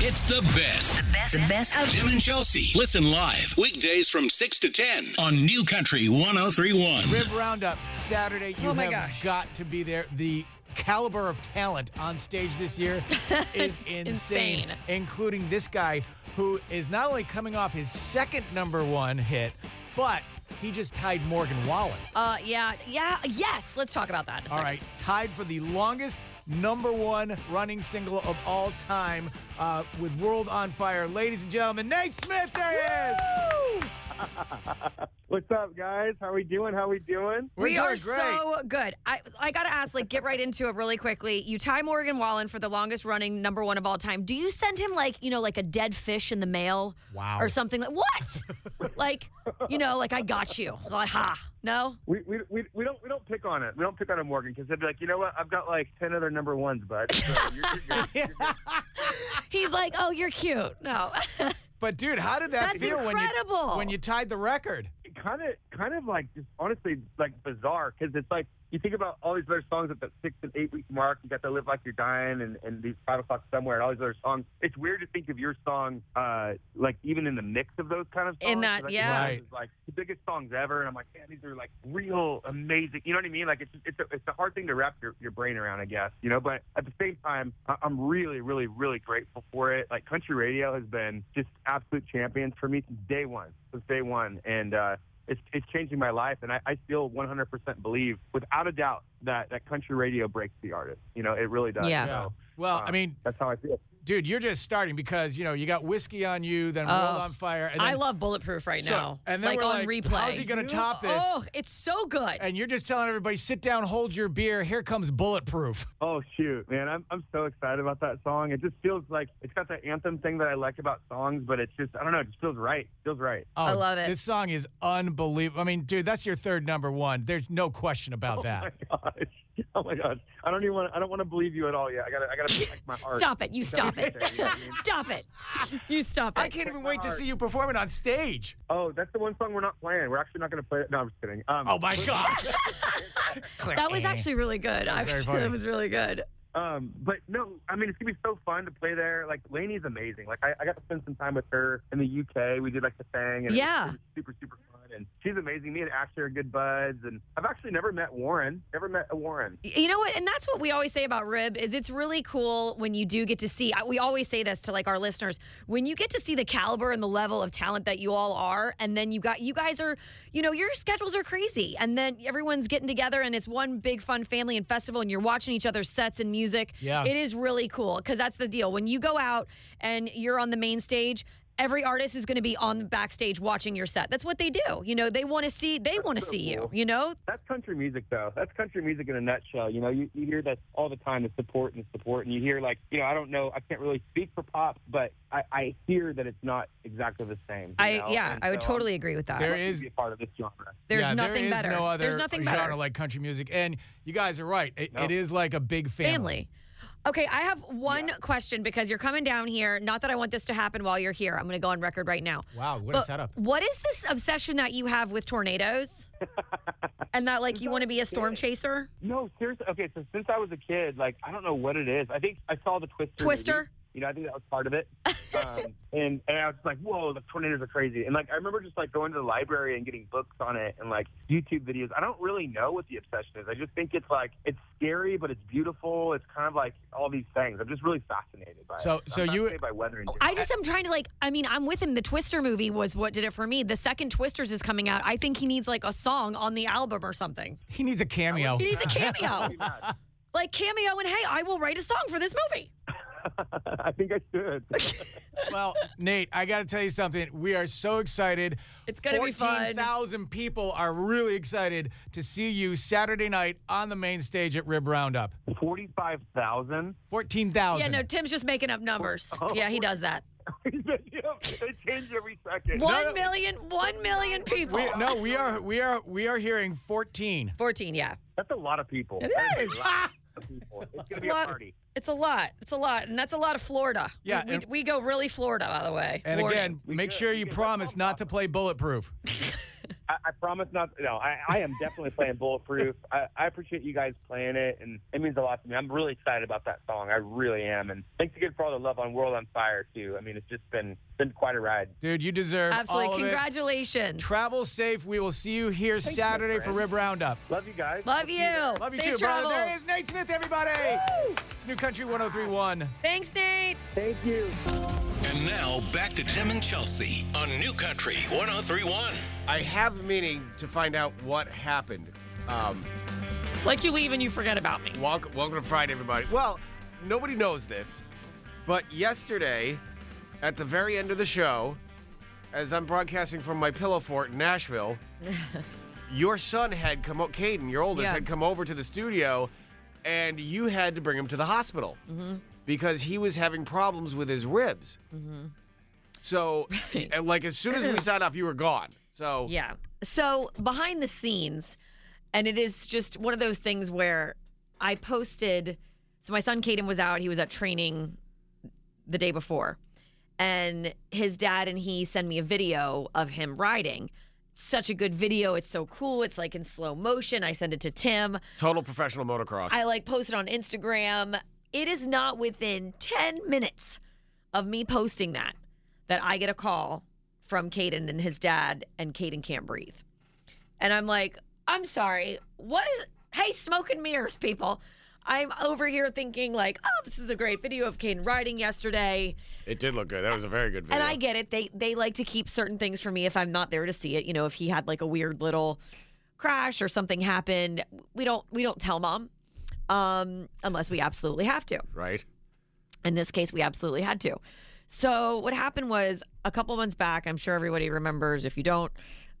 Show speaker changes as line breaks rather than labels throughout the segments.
It's the best.
The best, the best of
Jim and Chelsea. Listen live weekdays from 6 to 10 on New Country 1031.
Rib Roundup Saturday. You
Oh my
have
gosh.
got to be there. The caliber of talent on stage this year is insane,
insane.
including this guy who is not only coming off his second number one hit, but he just tied Morgan Wallen.
Uh, yeah, yeah, yes. Let's talk about that. in a
All
second.
right, tied for the longest number one running single of all time uh, with World on Fire. Ladies and gentlemen, Nate Smith, there he is.
What's up, guys? How we doing? How we doing?
We're
we
doing
are
great.
so good. I I gotta ask, like, get right into it really quickly. You tie Morgan Wallen for the longest running number one of all time. Do you send him like you know like a dead fish in the mail?
Wow.
Or something like what? like you know like I got you. Like ha. No.
We, we, we, we don't we don't pick on it. We don't pick on it, Morgan, because they'd be like, you know what? I've got like ten other number ones, bud. So you're, you're good.
He's like, oh, you're cute. No.
But dude, how did that
That's
feel when you
incredible.
when you tied the record?
kind of kind of like just honestly like bizarre because it's like you think about all these other songs at that six and eight week mark. You got to live like you're dying and, and these five o'clock somewhere and all these other songs. It's weird to think of your song uh, like even in the mix of those kind of songs.
In that-
'cause I think
yeah.
this is, like the biggest songs ever. And I'm like, man, these are like real amazing. You know what I mean? Like it's it's a, it's a hard thing to wrap your, your brain around, I guess. You know, but at the same time, I- I'm really really really grateful for it. Like country radio has been just absolute champions for me since day one. Since day one, and uh, it's, it's changing my life, and I, I still 100% believe, without a doubt, that, that country radio breaks the artist. You know, it really does.
Yeah.
So,
Well,
uh,
I mean,
that's how I feel.
dude, you're just starting because you know you got whiskey on you, then
Oh.
World on Fire, and then,
I love bulletproof right
So-
now.
and then
like
we're
on
like,
replay.
how's he gonna top this?
Oh, it's so good.
and you're just telling everybody sit down, hold your beer. Here comes Bulletproof.
Oh shoot, man! I'm I'm so excited about that song. It just feels like it's got that anthem thing that I like about songs, but it's just I don't know. It just feels right. feels right.
Oh,
I love it.
This song is unbelievable. I mean, dude, that's your third number one. There's no question about that.
Oh my gosh! Oh my gosh! I don't even want. I don't want to believe you at all yet. I gotta. I gotta protect my heart.
Stop it. You
It's
stop it.
everything, you know what I mean?
Stop it. You stop it.
I can't even wait to see you performing on stage.
Oh, that's the one song we're not playing. We're actually not gonna play it. No, I'm just kidding. Um,
Oh my god. Click.
That was actually really good. I
very
was,
funny.
that was really good.
Um, but no, I mean it's gonna be so fun to play there. Like Lainey's amazing. Like I, I got to spend some time with her in the UK. We did like the thing, and
Yeah.
it, was, it was super super fun. And she's amazing. Me and Ashley are good buds. And I've actually never met Warren. Never met a Warren.
You know what? And that's what we always say about Rib is it's really cool when you do get to see. I- We always say this to like our listeners when you get to see the caliber and the level of talent that you all are, and then you got you guys are, you know, your schedules are crazy, and then everyone's getting together and it's one big fun family and festival, and you're watching each other's sets and music.
Yeah.
it is really cool because that's the deal. When you go out and you're on the main stage. Every artist is going to be on the backstage watching your set. That's what they do. You know, they want to see. They want to
so
see you.
cool.
You know,
That's country music, though. That's country music in a nutshell. You know, you, you hear that all the time, the support and the support. And you hear, like, you know, I don't know, I can't really speak for pop, but I, I hear that it's not exactly the same. you
I
know?
yeah,
And
I would
so I'm
totally agree with that.
There
lucky to
is-
be a part of this genre.
There's
yeah,
nothing
there is
better.
No other
There's nothing
genre
better.
like country music, and you guys are right. It,
No.
it is like a big family.
family. Okay, I have one question because you're coming down here. Not that I want this to happen while you're here. I'm going to go on record right now.
Wow, what a
But
setup!
What is this obsession that you have with tornadoes? and that like you want to be a storm chaser?
No, seriously. Okay, so since I was a kid, like, I don't know what it is. I think I saw the Twister.
Twister?
movie. You know, I think that was part of it. Um, and, and I was like, whoa, the tornadoes are crazy. And, like, I remember just, like, going to the library and getting books on it and, like, YouTube videos. I don't really know what the obsession is. I just think it's, like, it's scary, but it's beautiful. It's kind of like all these things. I'm just really fascinated by it.
So-
I'm
so you-
fascinated by weather. And
I just am trying to like I mean, I'm with him. The Twister movie was what did it for me. The second Twisters is coming out. I think he needs like a song on the album or something.
He needs a cameo.
He needs a cameo.
Pretty much.
like cameo and hey, I will write a song for this movie.
I think I should.
well, Nate, I got to tell you something. We are so excited.
It's gonna be fun.
Fourteen thousand people are really excited to see you Saturday night on the main stage at Rib Roundup.
45,000?
Fourteen thousand.
Yeah, no, Tim's just making up numbers.
Oh.
Yeah, he does that.
they change every second.
One million, one million people.
We, no, we are we are we are hearing fourteen.
14, yeah.
That's a lot of people.
It
That
is.
a lot of people. It's gonna be a
lot.
party.
It's a lot. It's a lot. And that's a lot of Florida. We-
Yeah,
We,
and-
we go really Florida, by the way.
And
Warning.
again, make
good.
sure
We
you
good. That's
promise
all
not to play Bulletproof.
I, I promise not. No, I, I am definitely playing Bulletproof. I, I appreciate you guys playing it, and it means a lot to me. I'm really excited about that song. I really am. And thanks again for all the love on World on Fire too. I mean, it's just been been quite a ride.
Dude, you deserve all
Absolutely.
of it.
Congratulations.
Travel safe. We will see you here Saturday for
friend.
Rib Roundup.
Love you guys. I'll
Love
see
you.
Love you
Safe
too, brother. There
travels.
is Nate Smith, everybody. It's New Country 1031.
Thanks, Nate.
Thank you.
And now back to Tim and Chelsea on New Country 1031.
I have meaning to find out what happened. Um,
Like you leave and you forget about me.
welcome, welcome to Friday, everybody. Well, nobody knows this, but yesterday, at the very end of the show, as I'm broadcasting from my pillow fort in Nashville, your son had come up, Caden, your oldest,
Yeah.
had come over to the studio, and you had to bring him to the hospital
Mm-hmm.
because he was having problems with his ribs.
Mm-hmm.
So, and, like, as soon as we signed off, you were gone. So,
Yeah. So behind the scenes, and it is just one of those things where I posted. So my son Caden was out. He was at training the day before, and his dad and he send me a video of him riding. Such a good video. It's so cool. It's like in slow motion. I send it to Tim.
total professional motocross.
I like posted on Instagram. It is not within 10 minutes of me posting that that I get a call from Caden and his dad, and Caden can't breathe. And I'm like, I'm sorry. What is, hey, smoke and mirrors, people. I'm over here thinking, like, oh, this is a great video of Caden riding yesterday.
It did look good. That was a very good video.
And I get it. They they like to keep certain things from me if I'm not there to see it. You know, if he had like a weird little crash or something happened, we don't we don't tell mom um unless we absolutely have to.
right?
In this case, we absolutely had to. So what happened was a couple months back, I'm sure everybody remembers. If you don't,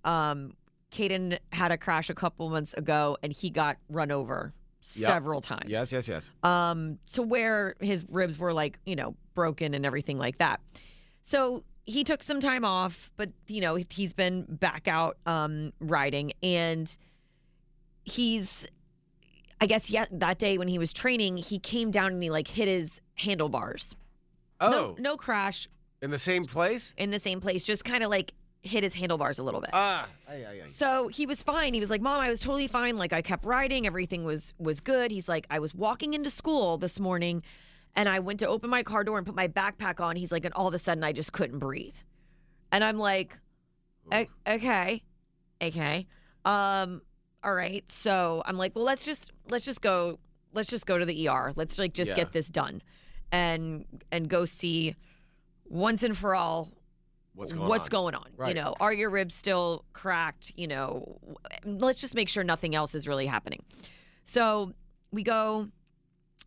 um, Caden had a crash a couple months ago and he got run over
Yep.
several times
Yes, yes, yes.
um, to where his ribs were like, you know, broken and everything like that. So he took some time off, but, you know, he's been back out um, riding and he's, I guess, yeah, that day when he was training, he came down and he like hit his handlebars.
Oh,
No, no crash
in the same place?
in the same place, just kind of like hit his handlebars a little bit.
Ah, ay, ay, ay.
So he was fine. He was like, "Mom, I was totally fine. Like I kept riding. Everything was was good." He's like, "I was walking into school this morning, and I went to open my car door and put my backpack on." He's like, "And all of a sudden, I just couldn't breathe," and I'm like, "O- "Okay, okay, um, all right." So I'm like, "Well, let's just let's just go let's just go to the ER. Let's like just
Yeah.
get this done, and and go see once and for all
What's going on? Right.
you know are your ribs still cracked you know w- let's just make sure nothing else is really happening so we go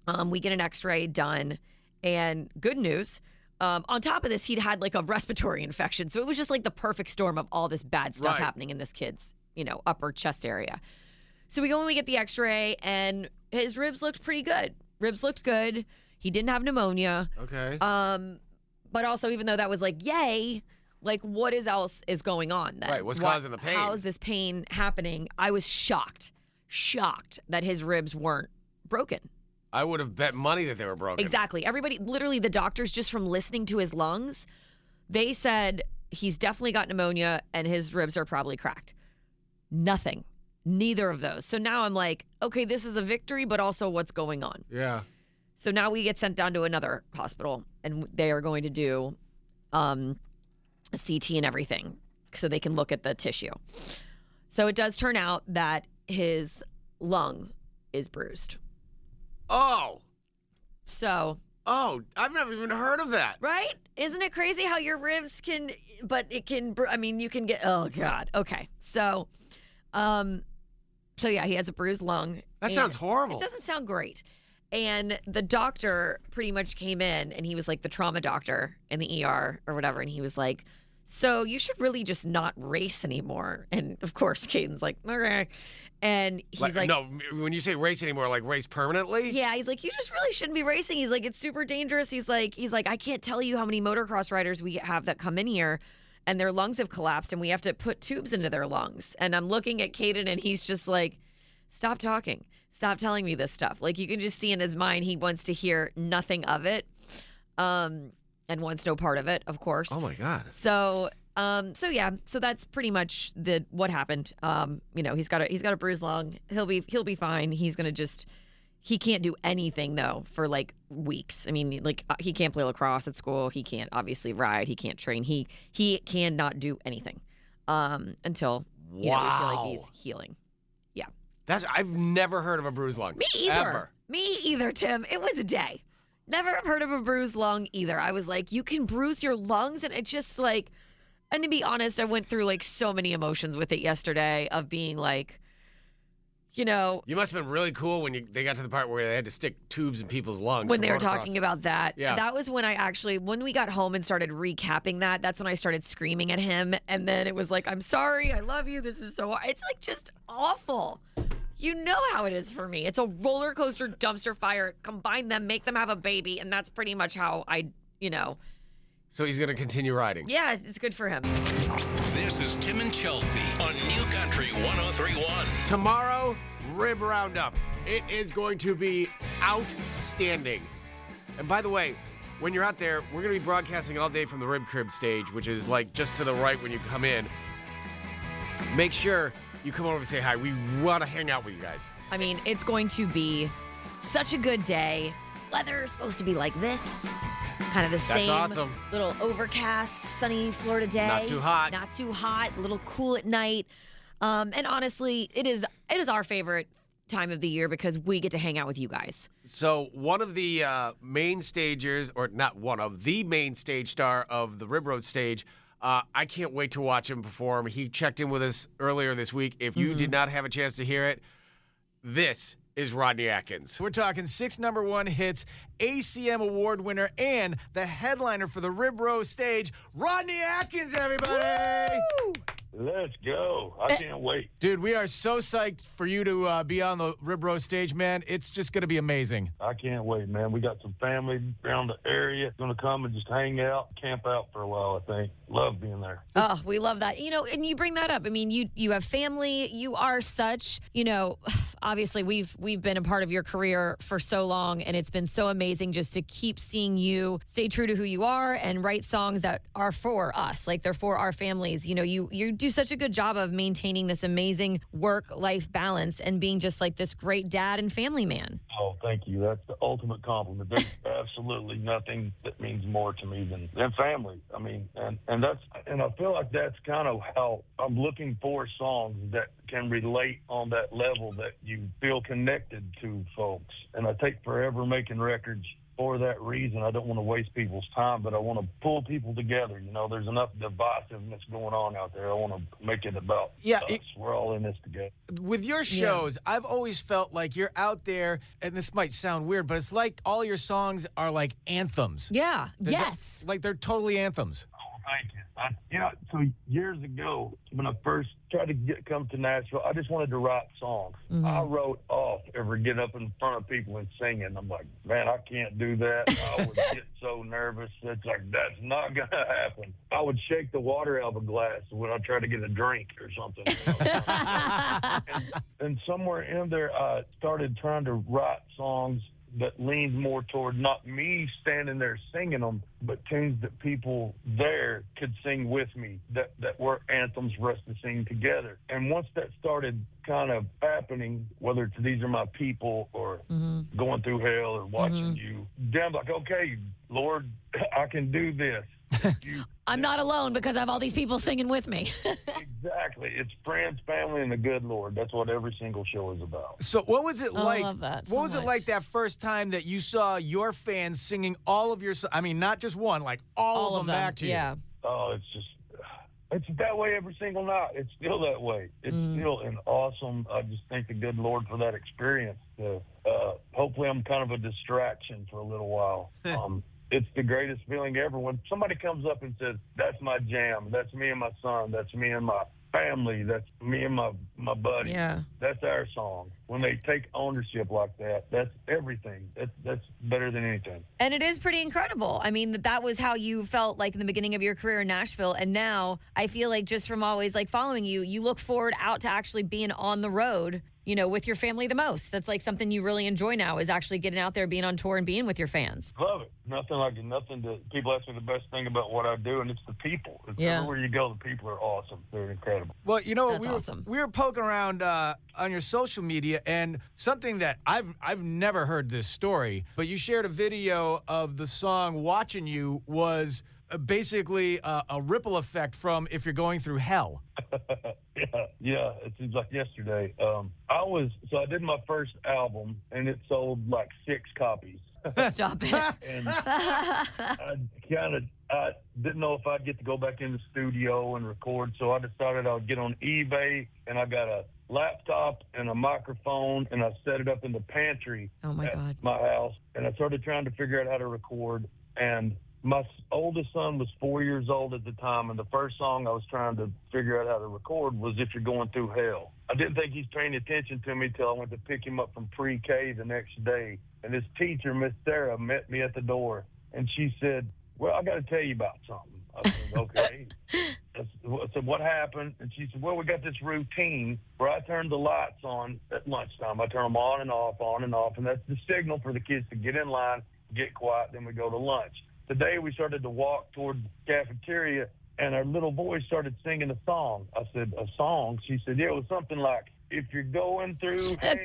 um, we get an x-ray done and good news um, on top of this he'd had like a respiratory infection so it was just like the perfect storm of all this bad stuff
Right.
happening in this kid's you know upper chest area so we go and we get the x-ray and his ribs looked pretty good ribs looked good he didn't have pneumonia
Okay.
um, but also, even though that was like, yay, like what is else is going on then?
Right, what's
Why-
causing the pain?
How is this pain happening? I was shocked, shocked that his ribs weren't broken.
I would have bet money that they were broken.
Exactly. Everybody, literally, the doctors just from listening to his lungs, they said he's definitely got pneumonia and his ribs are probably cracked. Nothing. Neither of those. So now I'm like, okay, this is a victory, but also what's going on?
Yeah.
So now we get sent down to another hospital, and they are going to do um, a CT and everything so they can look at the tissue. So it does turn out that his lung is bruised.
Oh,
So,
oh, I've never even heard of that.
right? Isn't it crazy how your ribs can, but it can, bru- I mean, you can get, oh God. Okay. So, um, so yeah, he has a bruised lung.
That
and-
sounds horrible.
It doesn't sound great. And the doctor pretty much came in and he was like the trauma doctor in the ER or whatever. And he was like, So you should really just not race anymore. And of course, Caden's like, Okay. And he's like,
no, when you say race anymore, like race permanently?
yeah, he's like, you just really shouldn't be racing. He's like, it's super dangerous. He's like, he's like, I can't tell you how many motocross riders we have that come in here and their lungs have collapsed and we have to put tubes into their lungs. And I'm looking at Caden and he's just like, stop talking. Stop telling me this stuff. Like you can just see in his mind he wants to hear nothing of it. Um and wants no part of it, of course.
Oh my God.
So Um, so yeah, so that's pretty much the what happened. Um, you know, he's got a he's got a bruised lung. He'll be he'll be fine. He's gonna just he can't do anything though for like weeks. I mean, like uh, he can't play lacrosse at school. He can't obviously ride. He can't train. He he cannot do anything um, until you know, we feel
Wow.
like he's healing.
That's I've never heard of a bruised lung.
Me either.
Ever.
Me either, Tim. It was a day. Never have heard of a bruised lung either. I was like, you can bruise your lungs, and it just like, and to be honest, I went through like so many emotions with it yesterday of being like, you know,
You must have been really cool when you, they got to the part where they had to stick tubes in people's lungs.
when
for
they were
motocross.
talking about that.
Yeah.
That was when I actually, when we got home and started recapping that, that's when I started screaming at him. And then it was like, I'm sorry. I love you. This is so, hard." it's like just awful. You know how it is for me. It's a roller coaster dumpster fire. Combine them, make them have a baby. And that's pretty much how I, you know,
So he's gonna continue riding.
yeah, it's good for him.
This is Tim and Chelsea on New Country 1031.
Tomorrow, rib roundup. It is going to be outstanding. And by the way, when you're out there, we're gonna be broadcasting all day from the rib crib stage, which is like just to the right when you come in. Make sure you come over and say hi. We wanna hang out with you guys.
I mean, it's going to be such a good day. Weather is supposed to be like this. Kind of the
That's
same
awesome.
little overcast, sunny Florida day.
Not too hot.
Not too hot, a little cool at night. Um, and honestly, it is it is our favorite time of the year because we get to hang out with you guys.
So one of the uh, main stagers, or not one of the main stage star of the Rib Road stage. Uh, I can't wait to watch him perform. He checked in with us earlier this week. If you
Mm-hmm.
did not have a chance to hear it, this is Rodney Atkins.
We're talking six number one hits, ACM award winner, and the headliner for the Rib Row stage, Rodney Atkins, everybody!
Let's go. I can't wait.
Dude, we are so psyched for you to uh, be on the Rib Row stage, man. It's just going to be amazing.
I can't wait, man. We got some family around the area. Gonna come and just hang out, camp out for a while, I think. Love being there.
Oh, we love that. You know, and you bring that up. I mean, you you have family. You are such. You know, obviously we've we've been a part of your career for so long, and it's been so amazing just to keep seeing you stay true to who you are and write songs that are for us, like they're for our families. You know, you you do such a good job of maintaining this amazing work life balance and being just like this great dad and family man.
Oh, thank you. That's the ultimate compliment. There's absolutely nothing that means more to me than, than family. I mean, and, and that's, and I feel like that's kind of how I'm looking for songs that can relate on that level that you feel connected to folks. And I take forever making records for that reason. I don't want to waste people's time, but I want to pull people together. You know, there's enough divisiveness going on out there. I want to make it about
Yeah,
us.
it-
We're all in this together.
With your shows, I've always felt like you're out there, and this might sound weird, but it's like all your songs are like anthems.
Yeah.
There's a-
yes.
like they're totally anthems.
Thank you. I, you know, so years ago, when I first tried to get come to Nashville, I just wanted to write songs. I wrote off ever getting up in front of people and singing. I'm like, man, I can't do that. I would get so nervous. It's like that's not gonna happen. I would shake the water out of a glass when I tried to get a drink or something. and somewhere in there, I started trying to write songs that leaned more toward not me standing there singing them, but tunes that people there could sing with me that, that were anthems for us to sing together. And once that started kind of happening, whether it's These Are My People or Going Through Hell or Watching You, then I'm like, okay, Lord, I can do this. You-
I'm not alone because I have all these people singing with me.
exactly. It's friends, family, and the good Lord. That's what every single show is about.
So what was it like?
Oh, love that so
what was it
much.
like that first time that you saw your fans singing all of your? so- I mean, not just one, like all,
all
of them, back to you.
Yeah.
Oh, it's just it's that way every single night. It's still that way. It's still an awesome. I just thank the good Lord for that experience. So, uh, hopefully, I'm kind of a distraction for a little while. Um, it's the greatest feeling ever when somebody comes up and says, "That's my jam. That's me and my son. That's me and my family. That's me and my my buddy.
Yeah.
That's our song." When they take ownership like that, that's everything. That's that's better than anything.
And it is pretty incredible. I mean, that that was how you felt like in the beginning of your career in Nashville, and now I feel like just from always like following you, you look forward out to actually being on the road you know, with your family the most? That's like something you really enjoy now is actually getting out there, being on tour, and being with your fans.
Love it. Nothing like it. Nothing to. People ask me the best thing about what I do, and it's the people. It's
Yeah.
Everywhere you go, the people are awesome. They're incredible.
Well, you know,
That's
we were,
awesome.
we were poking around uh, on your social media, and something that I've I've never heard this story, but you shared a video of the song "Watching You" was uh, basically uh, a ripple effect from "If You're Going Through Hell."
yeah, yeah. It seems like yesterday. Um, I was so I did my first album, and it sold like six copies.
Stop it.
and I kind of I didn't know if I'd get to go back in the studio and record, so I decided I would get on eBay and I got a laptop and a microphone and I set it up in the pantry
Oh my
at
God.
my house and I started trying to figure out how to record and my s- oldest son was four years old at the time and the first song I was trying to figure out how to record was If You're Going Through Hell. I didn't think he's paying attention to me till I went to pick him up from pre-K the next day and his teacher, Miss Sarah, met me at the door and she said, well, I got to tell you about something. I said, okay. I said, what happened? And she said, well, we got this routine where I turn the lights on at lunchtime. I turn them on and off, on and off, and that's the signal for the kids to get in line, get quiet, then we go to lunch. Today we started to walk toward the cafeteria, and our little boy started singing a song. I said, a song? She said, yeah, it was something like, if you're going through hell,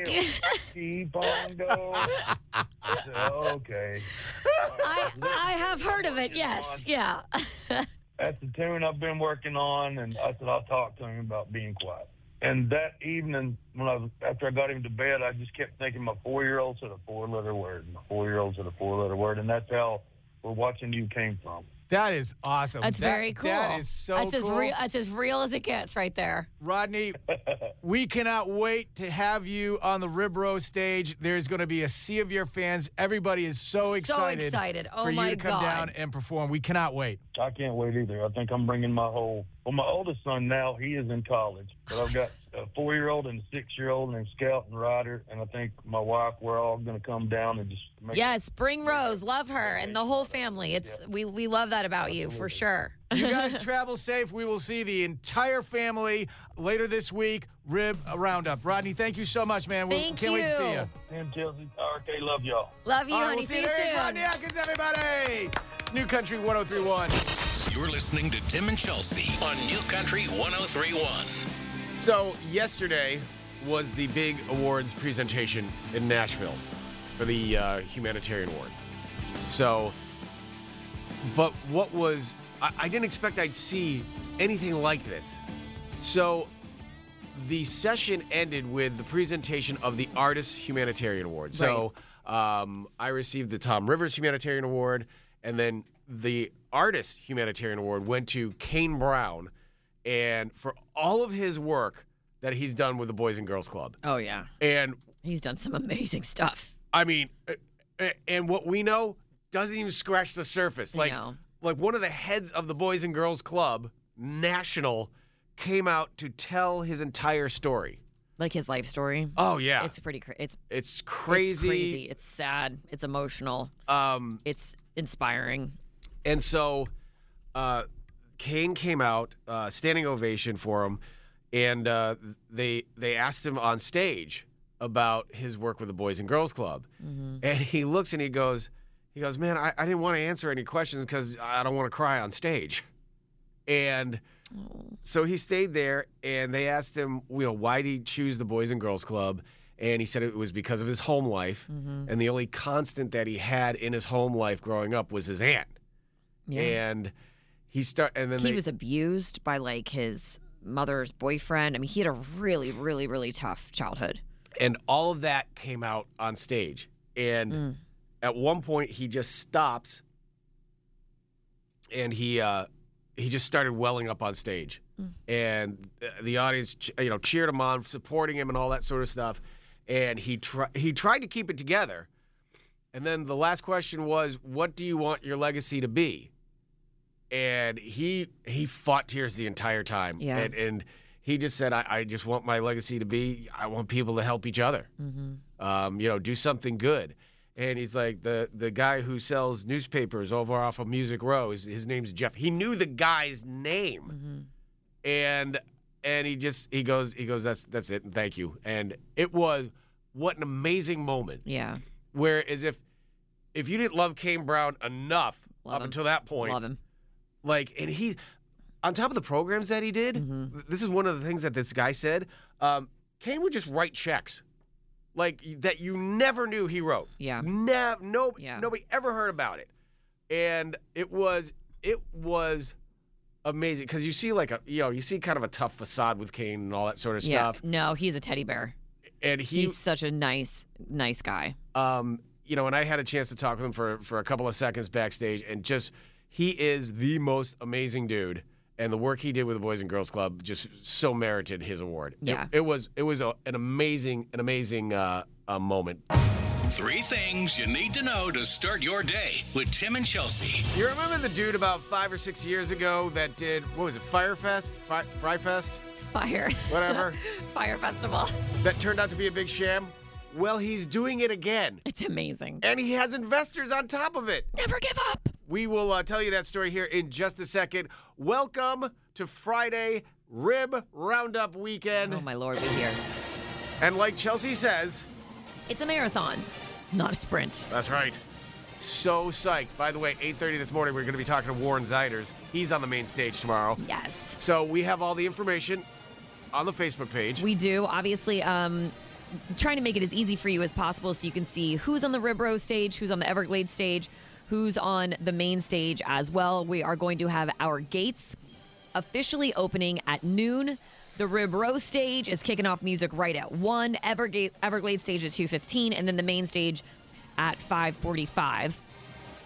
keep on going. I said, okay.
I, I have heard of it. Yes. Yeah.
that's the tune I've been working on, and I said I'll talk to him about being quiet. And that evening, when I was, after I got him to bed, I just kept thinking my four-year-old said a four-letter word, and my four-year-old said a four-letter word, and that's how we're watching you came from.
That is awesome.
That's
That-
very cool.
That is so
That's as
cool.
real. That's as real as it gets, right there.
Rodney, we cannot wait to have you on the Rib Row stage. There's going to be a sea of your fans. Everybody is so excited,
excited. Oh
for
my
you to come
God.
down and perform. We cannot wait.
I can't wait either. I think I'm bringing my whole. Well, my oldest son now he is in college, but I've got a four-year-old and a six-year-old named Scout and Ryder, and I think my wife. We're all going to come down and just make
Yes, bring Rose. Love her and the whole family. It's we we love that about you for sure.
You guys travel safe. We will see the entire family later this week. Rib Roundup. Rodney, thank you so much, man. we
Thank
can't wait to see
you.
you.
Tim Chelsea, RK, love y'all.
Love you,
All right,
honey.
we'll see you
you
there. He's
soon.
Rodney Atkins, everybody. It's New Country 1031.
You're listening to Tim and Chelsea on New Country 1031.
So yesterday was the big awards presentation in Nashville for the uh, humanitarian award. So, but what was I, I didn't expect I'd see anything like this. So, the session ended with the presentation of the Artists Humanitarian Award. So, um, I received the Tom Rivers Humanitarian Award, and then the Artist Humanitarian Award went to Kane Brown, and for all of his work that he's done with the Boys and Girls Club.
Oh yeah,
And
he's done some amazing stuff.
I mean, uh, uh, and what we know doesn't even scratch the surface. Like,
know.
like one of the heads of the Boys and Girls Club National came out to tell his entire story.
Like his life story.
Oh yeah,
It's pretty. Cra- it's
it's crazy.
It's crazy. It's sad. It's emotional.
Um,
It's inspiring.
and so, uh, Kane came out, uh, standing ovation for him, and uh, they they asked him on stage about his work with the Boys and Girls Club, and he looks and he goes, he goes, man, I, I didn't want to answer any questions because I don't want to cry on stage, and so he stayed there, and they asked him, you know, why did he choose the Boys and Girls Club? And he said it was because of his home life, and the only constant that he had in his home life growing up was his aunt.
Yeah.
And he start, and then
he
they-
was abused by like his mother's boyfriend. I mean, he had a really, really, really tough childhood.
and all of that came out on stage. And
Mm.
at one point, he just stops, and he uh, he just started welling up on stage,
Mm.
and th- the audience, ch- you know, cheered him on, supporting him, and all that sort of stuff. And he try- he tried to keep it together. And then the last question was, "What do you want your legacy to be?" And he he fought tears the entire time.
Yeah.
And, and he just said, I, "I just want my legacy to be. I want people to help each other. Um, you know, do something good." And he's like the the guy who sells newspapers over off
Mm-hmm.
of Music Row. His, his name's Jeff. He knew the guy's name, and and he just he goes he goes that's that's it and thank you and it was what an amazing moment
Yeah.
where as if if you didn't love Kane Brown enough
Love
up
him.
until that point
Love him.
like and he on top of the programs that he did
Mm-hmm.
th- this is one of the things that this guy said um, Kane would just write checks like y- that you never knew he wrote
Yeah.
Nev- no,
Yeah.
nobody ever heard about it, and it was it was amazing because you see like a you know you see kind of a tough facade with Kane and all that sort of
Yeah.
stuff,
No, he's a teddy bear.
and he
he's such a nice, nice guy.
um you know and I had a chance to talk with him for for a couple of seconds backstage, and just he is the most amazing dude. And the work he did with the Boys and Girls Club just so merited his award. It-
Yeah.
it, was it was a, an amazing an amazing uh, uh, moment.
Three things you need to know to start your day with Tim and Chelsea.
You remember the dude about five or six years ago that did what was it, Firefest, Fry, Fryfest,
Fire.
whatever,
Fire festival.
that turned out to be a big sham? Well, he's doing it again,
It's amazing.
and he has investors on top of it.
Never give up.
We will uh, tell you that story here in just a second. Welcome to Friday Rib Roundup Weekend,
Oh my lord, we here.
and like Chelsea says,
It's a marathon, not a sprint.
That's right. So psyched. By the way, 8:30 this morning, we're going to be talking to Warren Ziders. He's on the main stage tomorrow.
Yes.
So we have all the information on the Facebook page.
We do. Obviously, um, trying to make it as easy for you as possible so you can see who's on the Rib Row stage, who's on the Everglades stage, who's on the main stage as well. We are going to have our gates officially opening at noon. The Rib Row stage is kicking off music right at 1. Evergate, Everglades stage at 2.15, and then the main stage at 5.45.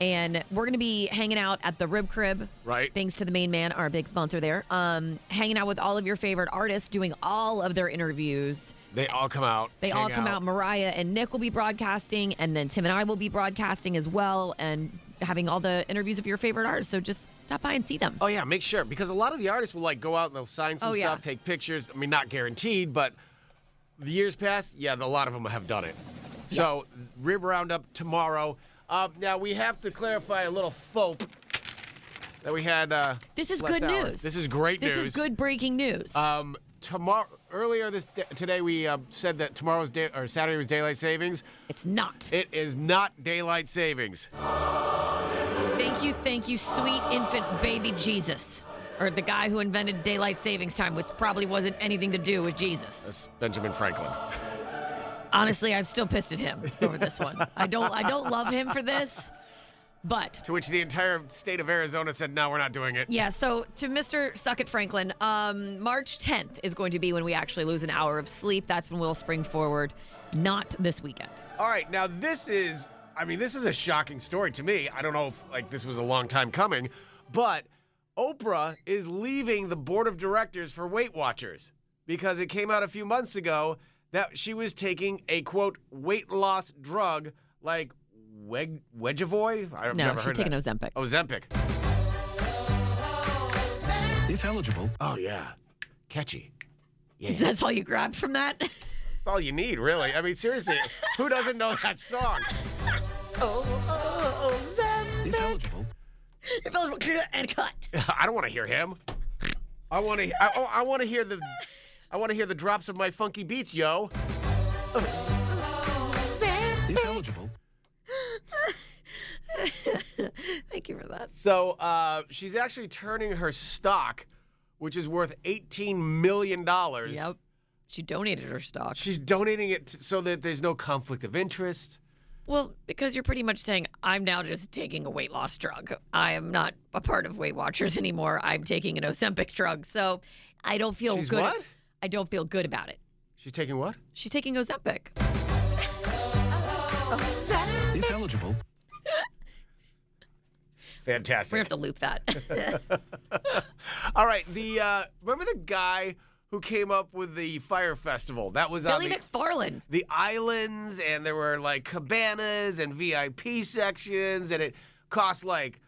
And we're going to be hanging out at the Rib Crib.
Right.
Thanks to the main man, our big sponsor there. Um, hanging out with all of your favorite artists, doing all of their interviews.
They all come out.
They all
hang
come out. Mariah and Nick will be broadcasting, and then Tim and I will be broadcasting as well, and having all the interviews of your favorite artists. So just stop by and see them.
Oh yeah, make sure because a lot of the artists will like go out and they'll sign some
Oh, yeah.
stuff, take pictures. I mean, not guaranteed, but the years past, yeah, a lot of them have done it. So rib roundup tomorrow. Uh, now we have to clarify a little folk that we had. Uh,
This is
left
good
hour.
news.
This is great
This
news.
is good breaking news.
Um, tomorrow, earlier this da- today, we uh, said that tomorrow's day or Saturday was daylight savings.
it's not.
It is not daylight savings.
thank you, thank you, sweet infant baby Jesus, or the guy who invented daylight savings time, which probably wasn't anything to do with Jesus.
That's Benjamin Franklin.
Honestly, I'm still pissed at him over this one. I don't I don't love him for this. But
To which the entire state of Arizona said, "No, we're not doing it."
yeah, so to Mr. Suck it Franklin, um, March 10th is going to be when we actually lose an hour of sleep. That's when we'll spring forward, not this weekend.
All right, now this is I mean, this is a shocking story to me. I don't know if like this was a long time coming, but Oprah is leaving the board of directors for Weight Watchers because it came out a few months ago that she was taking a quote weight loss drug like Weg- Wegevoy. I've
No,
never
she's
heard
taking
of that. Oh,
Ozempic.
Ozempic.
If eligible,
Oh yeah, catchy.
That's all you grabbed from that?
That's all you need, really. I mean, seriously, who doesn't know that song?
if eligible,
If eligible, and cut.
I don't want to hear him. I want to. I, oh, I want to hear the. I want to hear the drops of my funky beats, yo.
if eligible,
Thank you for that.
So uh, she's actually turning her stock, which is worth eighteen million dollars.
Yep. She donated her stock.
She's donating it t- so that there's no conflict of interest.
Well, because you're pretty much saying, I'm now just taking a weight loss drug. I am not a part of Weight Watchers anymore. I'm taking an Ozempic drug. So I don't feel
She's
good.
what?
I don't feel good about it.
She's taking what?
She's taking Ozempic.
if eligible,
Fantastic.
We're going to have to loop that.
All right. The uh, remember the guy who came up with the fire festival? That was on
Billy
the,
McFarland.
the islands, and there were like cabanas and VIP sections, and it cost like,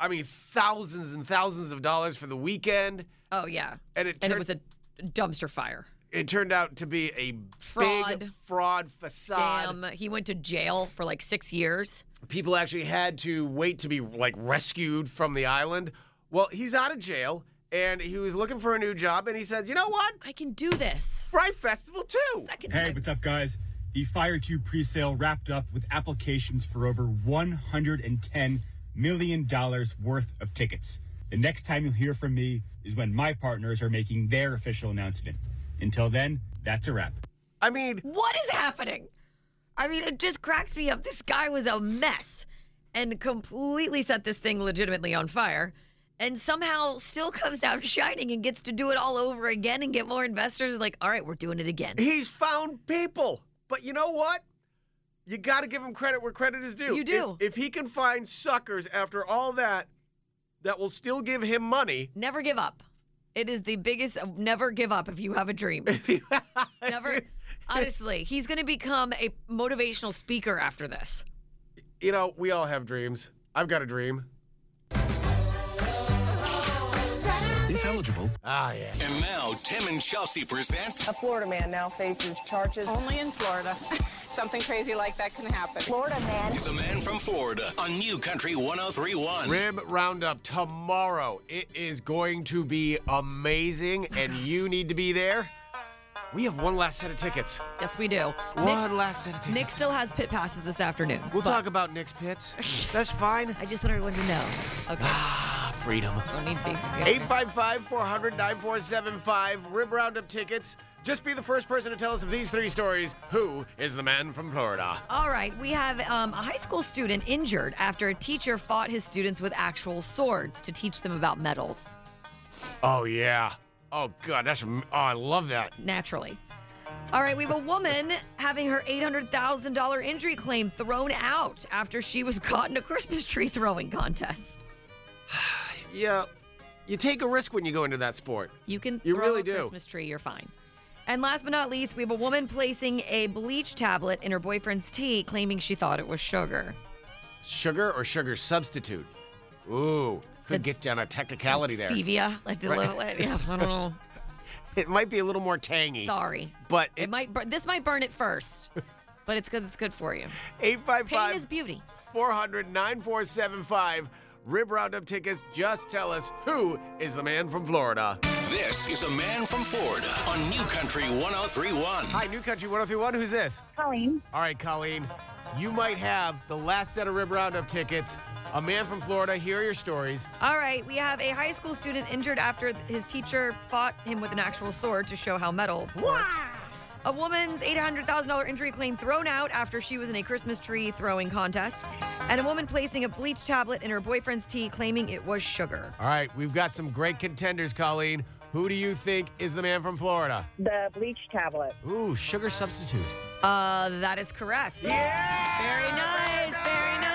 I mean, thousands and thousands of dollars for the weekend,
Oh, yeah.
and it
And
turned
it was a dumpster fire.
it turned out to be a big
Fraud.
fraud facade.
Damn. He went to jail for like six years.
People actually had to wait to be like rescued from the island. Well, he's out of jail. and he was looking for a new job, and he said, "You know what?
I can do this.
Fry Festival too."
Second
Hey,
time.
what's up, guys? The Fire 2 presale wrapped up with applications for over $110 million worth of tickets. The next time you'll hear from me is when my partners are making their official announcement. Until then, that's a wrap.
I mean,
What is happening? I mean, it just cracks me up. This guy was a mess and completely set this thing legitimately on fire and somehow still comes out shining and gets to do it all over again and get more investors like, all right, we're doing it again.
he's found people, but you know what? You got to give him credit where credit is due.
You do.
If, if he can find suckers after all that, that will still give him money.
Never give up. It is the biggest uh, never give up if you have a dream. never honestly, he's going to become a motivational speaker after this.
You know, we all have dreams. I've got a dream.
If eligible.
Ah, yeah.
And now Tim and Chelsea present
A Florida man now faces charges.
Only in Florida. Something crazy like that can happen.
Florida man.
is a man from Florida on New Country 1031.
Rib Roundup tomorrow. It is going to be amazing, and you need to be there. We have one last set of tickets.
Yes, we do. Nick,
One last set of tickets.
Nick still has pit passes this afternoon.
we'll
but
talk about Nick's pits. That's fine.
I just want everyone to know. Okay. Ah,
Freedom.
Don't need big.
855 400 9475. Rib Roundup tickets. Just be the first person to tell us of these three stories. Who is the man from Florida?
All right, we have um, a high school student injured after a teacher fought his students with actual swords to teach them about metals.
Oh, yeah. Oh, God. That's. am- Oh, I love that.
naturally. All right, we have a woman having her $800,000 injury claim thrown out after she was caught in a Christmas tree throwing contest.
Yeah. You take a risk when you go into that sport.
You can
You
throw
really
a
do.
Christmas tree, you're fine. And last but not least, we have a woman placing a bleach tablet in her boyfriend's tea, claiming she thought it was sugar.
Sugar or sugar substitute? Ooh, could get down a technicality there.
Stevia, like a little, yeah, I don't know.
It might be a little more tangy.
Sorry,
But
it might. Bur- this might burn it first, but it's because it's good for you. Pain is
855
beauty.
400 9475. Rib Roundup tickets. Just tell us who is the man from Florida.
This is a man from Florida on New Country 1031.
Hi, New Country 1031. Who's this?
Colleen.
All right, Colleen. You might have the last set of Rib Roundup tickets. A man from Florida. Here are your stories.
All right, we have a high school student injured after his teacher fought him with an actual sword to show how metal worked. A woman's $800,000 injury claim thrown out after she was in a Christmas tree throwing contest. And a woman placing a bleach tablet in her boyfriend's tea claiming it was sugar.
All right, we've got some great contenders, Colleen. Who do you think is the man from Florida?
The bleach tablet.
Ooh, sugar substitute.
Uh, that is correct. Yeah! Very nice, very nice.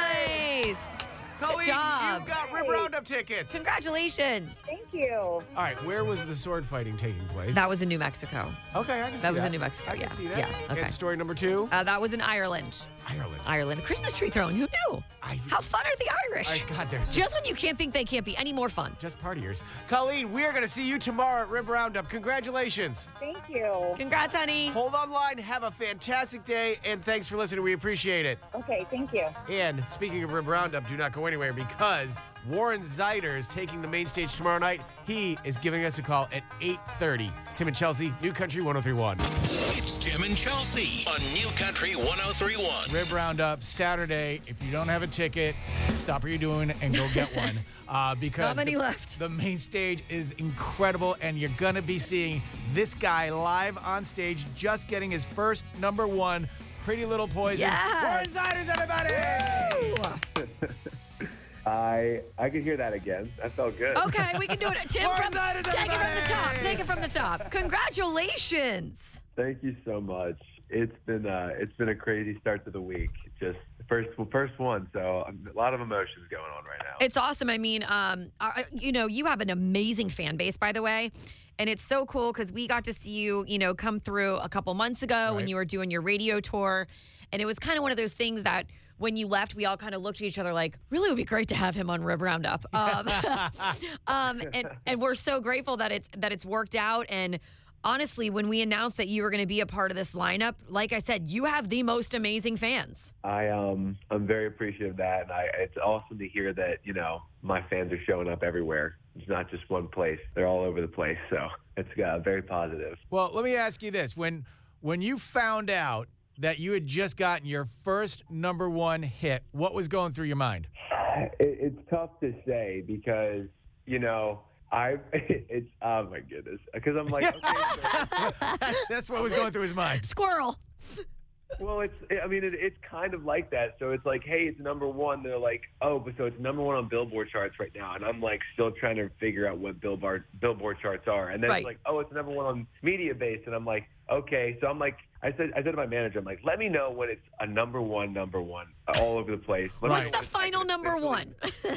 Colleen,
job.
you got Rib Roundup tickets.
Congratulations.
Thank you.
All right, where was the sword fighting taking place?
That was in New Mexico.
okay, I can see
that was in New Mexico,
I can
yeah.
see that.
Yeah, okay.
And story number two,
Uh, that was in Ireland.
Ireland.
Ireland. Christmas tree throwing. Who knew?
I-
How fun are the Irish?
I God, they're just,
Just when you can't think they can't be any more fun.
just partiers. Colleen, we are going to see you tomorrow at Rib Roundup. Congratulations.
Thank you.
Congrats, honey.
Hold on line. Have a fantastic day, and thanks for listening. We appreciate it.
Okay, thank you.
And speaking of Rib Roundup, do not go anywhere because Warren Zeider is taking the main stage tomorrow night. He is giving us a call at 8.30. It's Tim and Chelsea, New Country 1031.
It's Tim and Chelsea on New Country 1031.
Rib Roundup Saturday. If you don't have a ticket, stop what you're doing and go get one. Uh, because
Not many
the,
left.
The main stage is incredible, and you're gonna be seeing this guy live on stage, just getting his first number one, Pretty Little Poison.
Yes.
Warren Ziders, everybody!
I I could hear that again. That felt good.
Okay, we can do it. Tim,
Warren
from,
Ziders,
take it from the top.
everybody.
Take it from the top. Congratulations.
Thank you so much. It's been uh it's been a crazy start to the week. Just first well, first one, so um, a lot of emotions going on right now.
It's awesome. I mean, um, uh, you know, you have an amazing fan base, by the way. And it's so cool because we got to see you, you know, come through a couple months ago when you were doing your radio tour. And it was kind of one of those things that when you left, we all kind of looked at each other like, really, it would be great to have him on Rib Roundup. Um, um, and, and we're so grateful that it's that it's worked out. And honestly, when we announced that you were going to be a part of this lineup, like I said, you have the most amazing fans.
I um I'm very appreciative of that, and I it's awesome to hear that you know my fans are showing up everywhere. It's not just one place; they're all over the place. So it's uh, very positive.
Well, let me ask you this: when when you found out that you had just gotten your first number one hit, what was going through your mind?
it, it's tough to say because you know I it's oh my goodness because I'm like okay,
that's, that's what was going through his mind.
Squirrel.
well it's I mean it, it's kind of like that so it's like hey it's number one they're like oh but so it's number one on Billboard charts right now and I'm like still trying to figure out what Billboard Billboard charts are and then
Right.
it's like oh it's number one on media based and I'm like okay so I'm like. I said, I said to my manager, I'm like, let me know when it's a number one, number one, all over the place. Let me know
What's the final number one?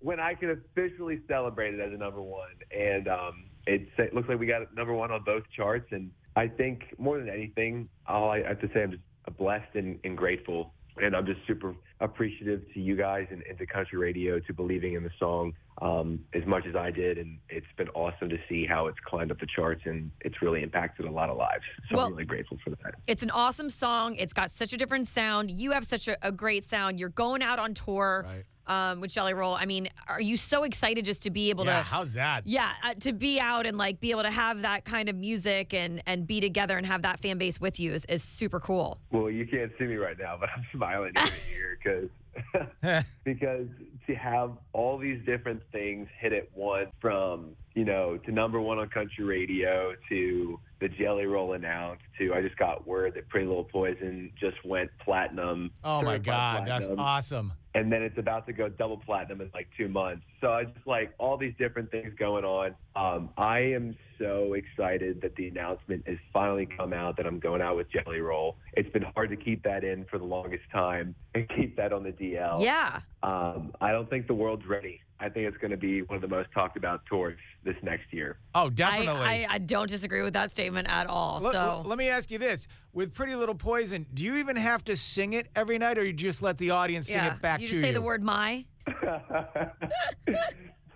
when I can officially celebrate it as a number one. And um, it, it looks like we got it number one on both charts. And I think more than anything, all I have to say, I'm just blessed and, and grateful. And I'm just super appreciative to you guys and, and to country radio to believing in the song um, as much as I did. And it's been awesome to see how it's climbed up the charts and it's really impacted a lot of lives. So
Well-
I'm really grateful for that.
It's an awesome song. It's got such a different sound. You have such a, a great sound. You're going out on tour um, with Jelly Roll. I mean, are you so excited just to be able
yeah,
to?
how's that?
yeah, uh, to be out and like be able to have that kind of music and and be together and have that fan base with you is, is super cool.
Well, you can't see me right now, but I'm smiling ear to ear because because to have all these different things hit at once from you know to number one on country radio to the Jelly Roll announce to I just got word that Pretty Little Poison just went platinum.
Oh my
certified
God, that's
platinum
awesome.
and then it's about to go double platinum in like two months. So I just like all these different things going on. Um, I am so excited that the announcement has finally come out that I'm going out with Jelly Roll. It's been hard to keep that in for the longest time and keep that on the DL.
Yeah.
Um, I don't think the world's ready. I think it's going to be one of the most talked about tours this next year.
Oh,
I,
definitely.
I, I don't disagree with that statement at all.
Let-
so
let me ask you this: With Pretty Little Poison, do you even have to sing it every night, or you just let the audience sing
yeah,
it back
you
to
just say
you?
the word "my."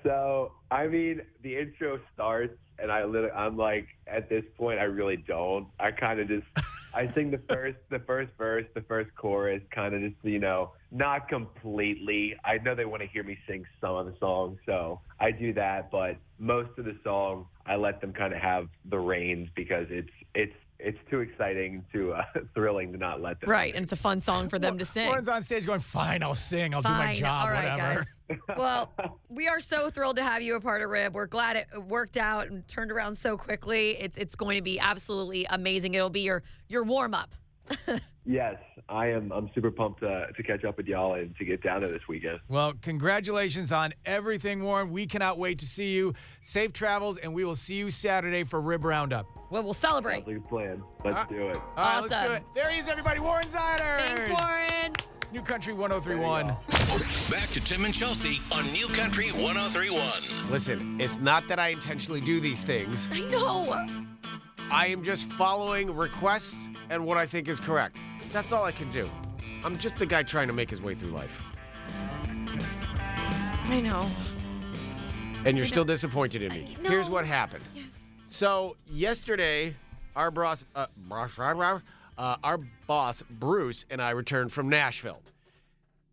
So I mean, the intro starts, and I literally, I'm like, at this point, I really don't. I kind of just, I sing the first, the first verse, the first chorus, kind of just, you know, not completely. I know they want to hear me sing some of the song, so I do that. But most of the song, I let them kind of have the reins because it's, it's, it's too exciting, too uh, thrilling to not let them.
Right, and it's a fun song for them to sing.
Lauren's on stage going, "Fine, I'll sing. I'll do my
Fine,
job.
all right,
whatever."
guys. Well, we are so thrilled to have you a part of Rib. We're glad it worked out and turned around so quickly. It's it's going to be absolutely amazing. It'll be your your warm up.
Yes, I am. I'm super pumped uh, to, to catch up with y'all and to get down there this weekend.
Well, congratulations on everything, Warren. We cannot wait to see you. Safe travels, and we will see you Saturday for Rib Roundup.
Well, we'll celebrate.
Sounds like a plan. Let's do it.
All right, let's do it. There he is, everybody. Warren Ziders.
Thanks, Warren.
It's New Country 1031.
Back to Tim and Chelsea on New Country 1031.
Listen, it's not that I intentionally do these things.
I know.
I am just following requests and what I think is correct. That's all I can do. I'm just a guy trying to make his way through life.
I know.
And you're still disappointed in me. Here's what happened. So yesterday, our boss, uh, boss- rah, rah, uh, our boss Bruce and I returned from Nashville,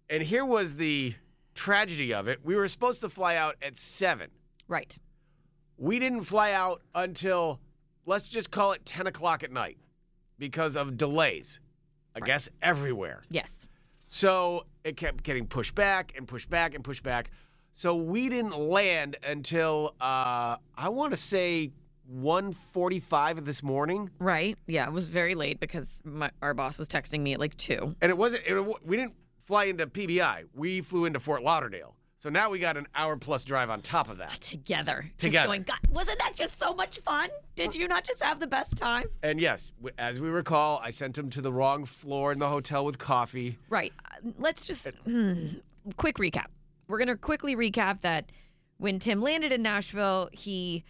and here was the tragedy of it. We were supposed to fly out at seven.
Right.
We didn't fly out until let's just call it ten o'clock at night because of delays. I guess everywhere.
Yes.
So it kept getting pushed back and pushed back and pushed back. So we didn't land until uh, I want to say 1:45 this morning.
Right. Yeah. It was very late because my, our boss was texting me at like two.
And it wasn't. It, wa- we didn't fly into PBI. We flew into Fort Lauderdale. So now we got an hour plus drive on top of that.
Together. Just
Together.
going, God, wasn't that just so much fun? Did you not just have the best time?
And yes, w- as we recall, I sent him to the wrong floor in the hotel with coffee.
Right. Uh, Let's just hmm, quick recap. We're going to quickly recap that when Tim landed in Nashville, he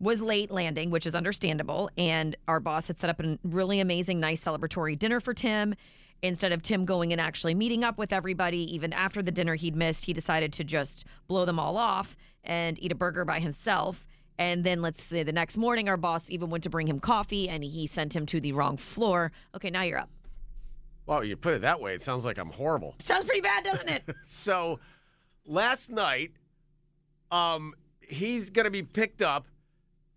was late landing, which is understandable. And our boss had set up a really amazing, nice celebratory dinner for Tim. Instead of Tim going and actually meeting up with everybody, even after the dinner he'd missed, he decided to just blow them all off and eat a burger by himself. And then let's say the next morning, our boss even went to bring him coffee and he sent him to the wrong floor. Okay, now you're up.
Wow, you put it that way. It sounds like I'm horrible.
Sounds pretty bad, doesn't it?
So last night, um, he's gonna be picked up,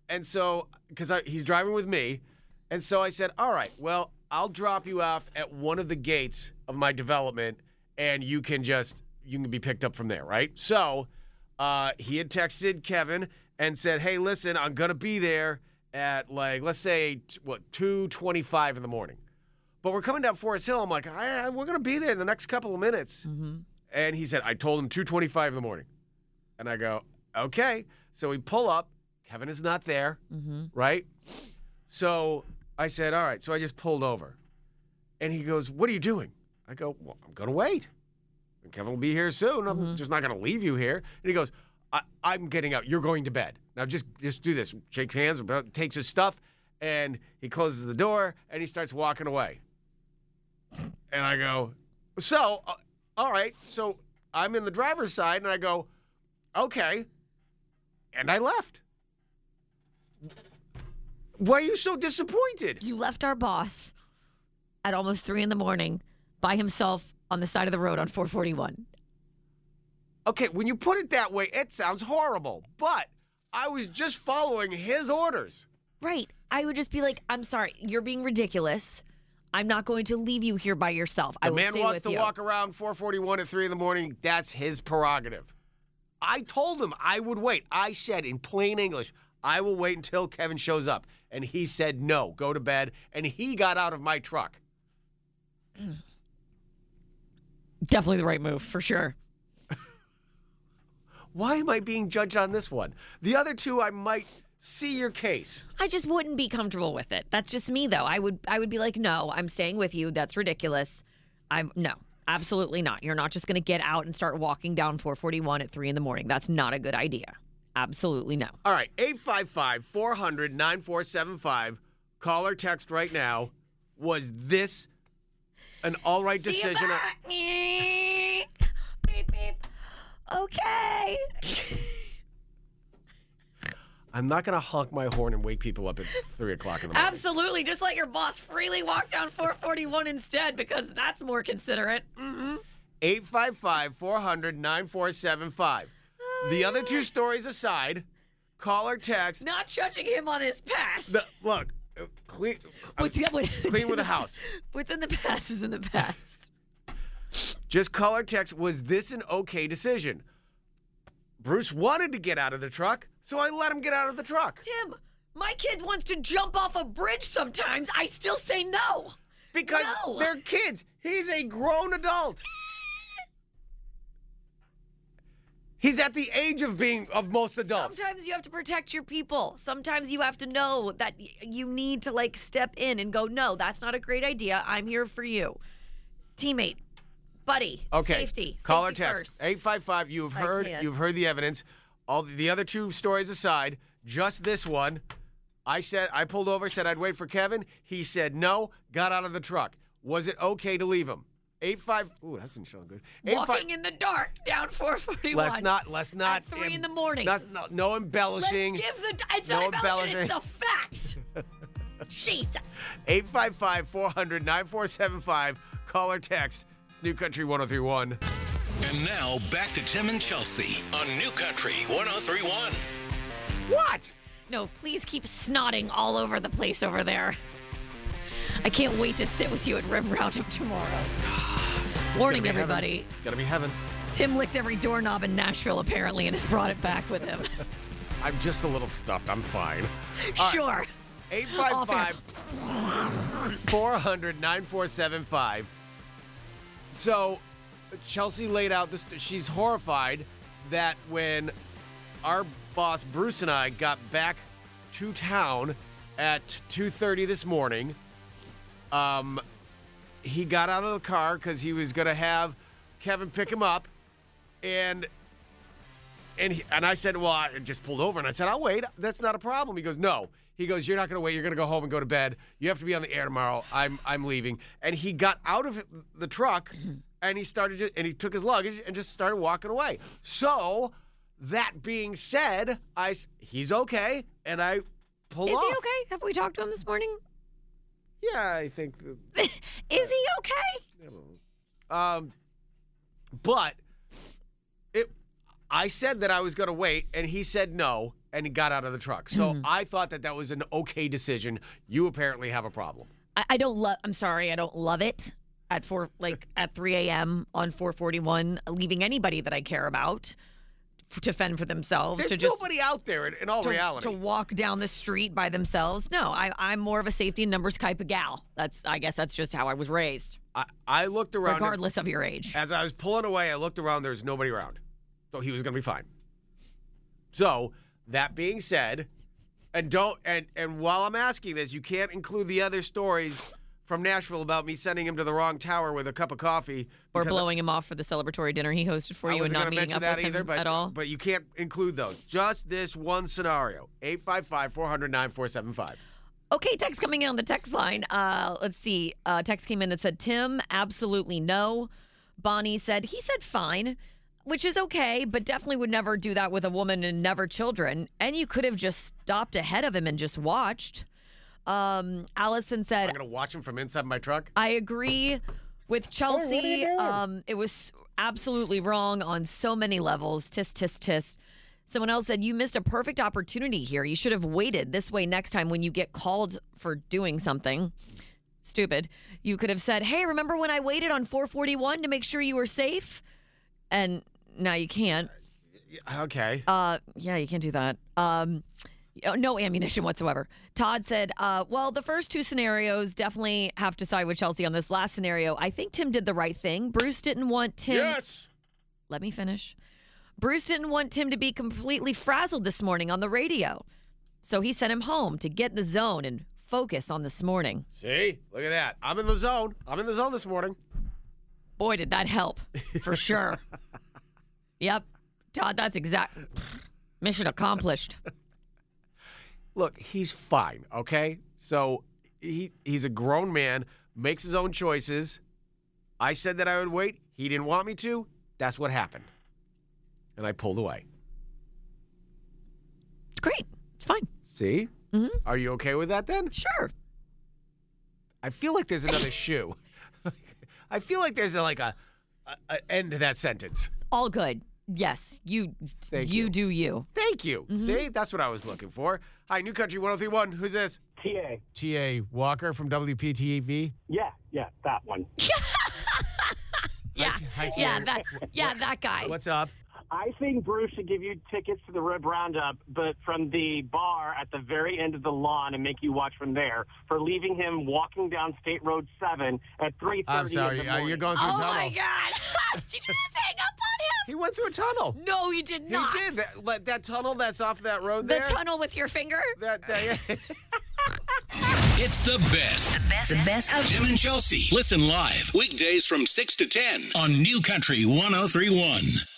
and so because he's driving with me, and so I said, "All right, well, I'll drop you off at one of the gates of my development, and you can just you can be picked up from there, right?" So uh, he had texted Kevin and said, "Hey, listen, I'm gonna be there at like let's say t- what two twenty five in the morning." But we're coming down Forest Hill. I'm like, I, I- we're going to be there in the next couple of minutes. And he said, I told him 2.25 in the morning. And I go, okay. So we pull up. Kevin is not there, right? So I said, all right. So I just pulled over. And he goes, what are you doing? I go, well, I'm going to wait. And Kevin will be here soon. I'm just not going to leave you here. And he goes, I, I'm getting out. You're going to bed. Now just, just do this. Shakes hands, about- takes his stuff, and he closes the door, and he starts walking away. And I go, so, uh, all right. So I'm in the driver's side, and I go, okay. And I left. Why are you so disappointed?
You left our boss at almost three in the morning by himself on the side of the road on 441.
Okay, when you put it that way, it sounds horrible, but I was just following his orders.
Right. I would just be like, I'm sorry, you're being ridiculous. I'm not going to leave you here by yourself. I
The
will
man
stay
wants
with
to
you.
walk around 441 at 3 in the morning. That's his prerogative. I told him I would wait. I said in plain English, I will wait until Kevin shows up. And he said, no, go to bed. And he got out of my truck.
Definitely the right move for sure.
Why am I being judged on this one? The other two, I might see your case.
I just wouldn't be comfortable with it. That's just me though. I would I would be like, "No, I'm staying with you. That's ridiculous." I'm no. Absolutely not. You're not just going to get out and start walking down 441 at 3 in the morning. That's not a good idea. Absolutely no.
All right, 855 400 9475. Call or text right now. Was this an all right decision? or-
Beep, beep. Okay.
I'm not going to honk my horn and wake people up at 3 o'clock in the morning.
Absolutely. Just let your boss freely walk down 441 instead because that's more considerate. hmm
855 400 9475. The other two stories aside, call or text.
Not judging him on his past.
The- look, uh, clean, uh,
What's, what's
clean
in
with a house.
What's in the past is in the past.
Just call or text. Was this an okay decision? Bruce wanted to get out of the truck, so I let him get out of the truck
Tim, my kid wants to jump off a bridge sometimes. I still say no.
because
No.
they're kids. He's a grown adult. He's at the age of being of most adults.
Sometimes you have to protect your people. Sometimes you have to know that y- you need to like step in and go, no, that's not a great idea. I'm here for you. Teammate, buddy,
Okay.
safety.
Call
safety
or text.
first.
855 you have
I
heard
can't.
you've heard the evidence. All the, the other two stories aside, just this one. I said I pulled over, said I'd wait for Kevin. He said no, got out of the truck. Was it okay to leave him? 85 Ooh, that didn't sound good.
Walking in the dark down 441.
Let's not let's not
At three
em-
in the morning.
let's not- no
Let's
embellishing.
give the. It's
No
not embellishing. It's
embellishing.
the facts. Jesus.
855 400 9475. Call or text. It's New Country 1031.
And now back to Tim and Chelsea on New Country 1031.
What?
No, please keep snotting all over the place over there. I can't wait to sit with you at Rib Roundup tomorrow. Warning,
It's gonna be heaven.
everybody.
It's gonna be heaven.
Tim licked every doorknob in Nashville apparently and has brought it back with him.
I'm just a little stuffed. I'm fine.
sure.
855 400 9475. So, Chelsea laid out this. She's horrified that when our boss Bruce and I got back to town at 2:30 this morning, um, he got out of the car because he was gonna have Kevin pick him up, and and he, and I said, "Well, I just pulled over." And I said, "I'll wait. That's not a problem." He goes, "No." He goes, "You're not going to wait. You're going to go home and go to bed. You have to be on the air tomorrow. I'm I'm leaving." And he got out of the truck and he started ju- and he took his luggage and just started walking away. So That being said, I s- he's okay, and I pull
Is
off.
he okay? Have we talked to him this morning?
Yeah, I think. that-
Is he okay?
Um, but it, I said that I was going to wait, and he said no, and he got out of the truck.
Mm-hmm.
So I thought that that was an okay decision. You apparently have a problem.
I, I don't love. I'm sorry, I don't love it at four, like at 3 a.m. on 4:41, leaving anybody that I care about f- to fend for themselves.
There's
to just
nobody out there in, in all
to,
reality.
to walk down the street by themselves. No, I, I'm more of a safety and numbers type of gal. That's I guess that's just how I was raised,
I, I looked around. as-
regardless of your age.
As I was pulling away, I looked around. There was nobody around. So he was going to be fine. So, that being said, and don't and and while I'm asking this, you can't include the other stories from Nashville about me sending him to the wrong tower with a cup of coffee
Or
because
blowing him off for the celebratory dinner he hosted for
I
you and
wasn't
not
gonna
meeting
mention
up
that
with
either,
him
but,
at all.
But you can't include those. Just this one scenario. 855 400 9475.
Okay, text coming in on the text line. Uh, let's see. Uh, text came in that said, Tim, absolutely no. Bonnie said, he said fine, which is okay, but definitely would never do that with a woman and never children. And you could have just stopped ahead of him and just watched. Um, Allison
I'm
said,
going to watch him from inside my truck.
I agree with Chelsea. Um, it was absolutely wrong on so many levels. Tis, tis, tis. Someone else said, You missed a perfect opportunity here. You should have waited this way next time when you get called for doing something stupid. You could have said, Hey, remember when I waited on 441 to make sure you were safe? And now you can't.
Okay.
Uh, yeah, you can't do that. Um, oh, no ammunition whatsoever. Todd said, uh, well, the first two scenarios definitely have to side with Chelsea on this last scenario. I think Tim did the right thing. Bruce didn't want Tim. Let me finish. Bruce didn't want Tim to be completely frazzled this morning on the radio. So he sent him home to get in the zone and focus on this morning.
See? Look at that. I'm in the zone. I'm in the zone this morning.
Boy, did that help for sure. yep. Todd, that's exact. Mission accomplished.
look, he's fine, okay? So he he's a grown man, makes his own choices. I said that I would wait. He didn't want me to. That's what happened. And I pulled away.
It's great. It's fine.
See?
Mm-hmm.
Are you okay with that then?
Sure.
I feel like there's another shoe. I feel like there's like a, a, a end to that sentence.
All good. Yes, you
Thank
you,
you.
do you.
Thank you.
Mm-hmm.
See? That's what I was looking for. Hi, New Country 1031. Who's this?
TA.
T.A. Walker from WPTV.
Yeah, yeah, that one.
Yeah.
Hi, T.A.
yeah, that yeah, that guy.
What's up?
I think Bruce should give you tickets to the Rib Roundup, but from the bar at the very end of the lawn and make you watch from there for leaving him walking down State Road 7 at 3.30
I'm
in
sorry.
the
Uh,
morning.
you're going through
Oh
a tunnel.
my god. Did you just hang up on
He went through a tunnel.
him? No, you did
He
not.
did. That, like, that tunnel that's off that road
The
there.
tunnel with your finger?
That, that,
It's the best. The best. The best of Tim and oh Chelsea. Listen live weekdays from 6 to 10 on New Country 1031.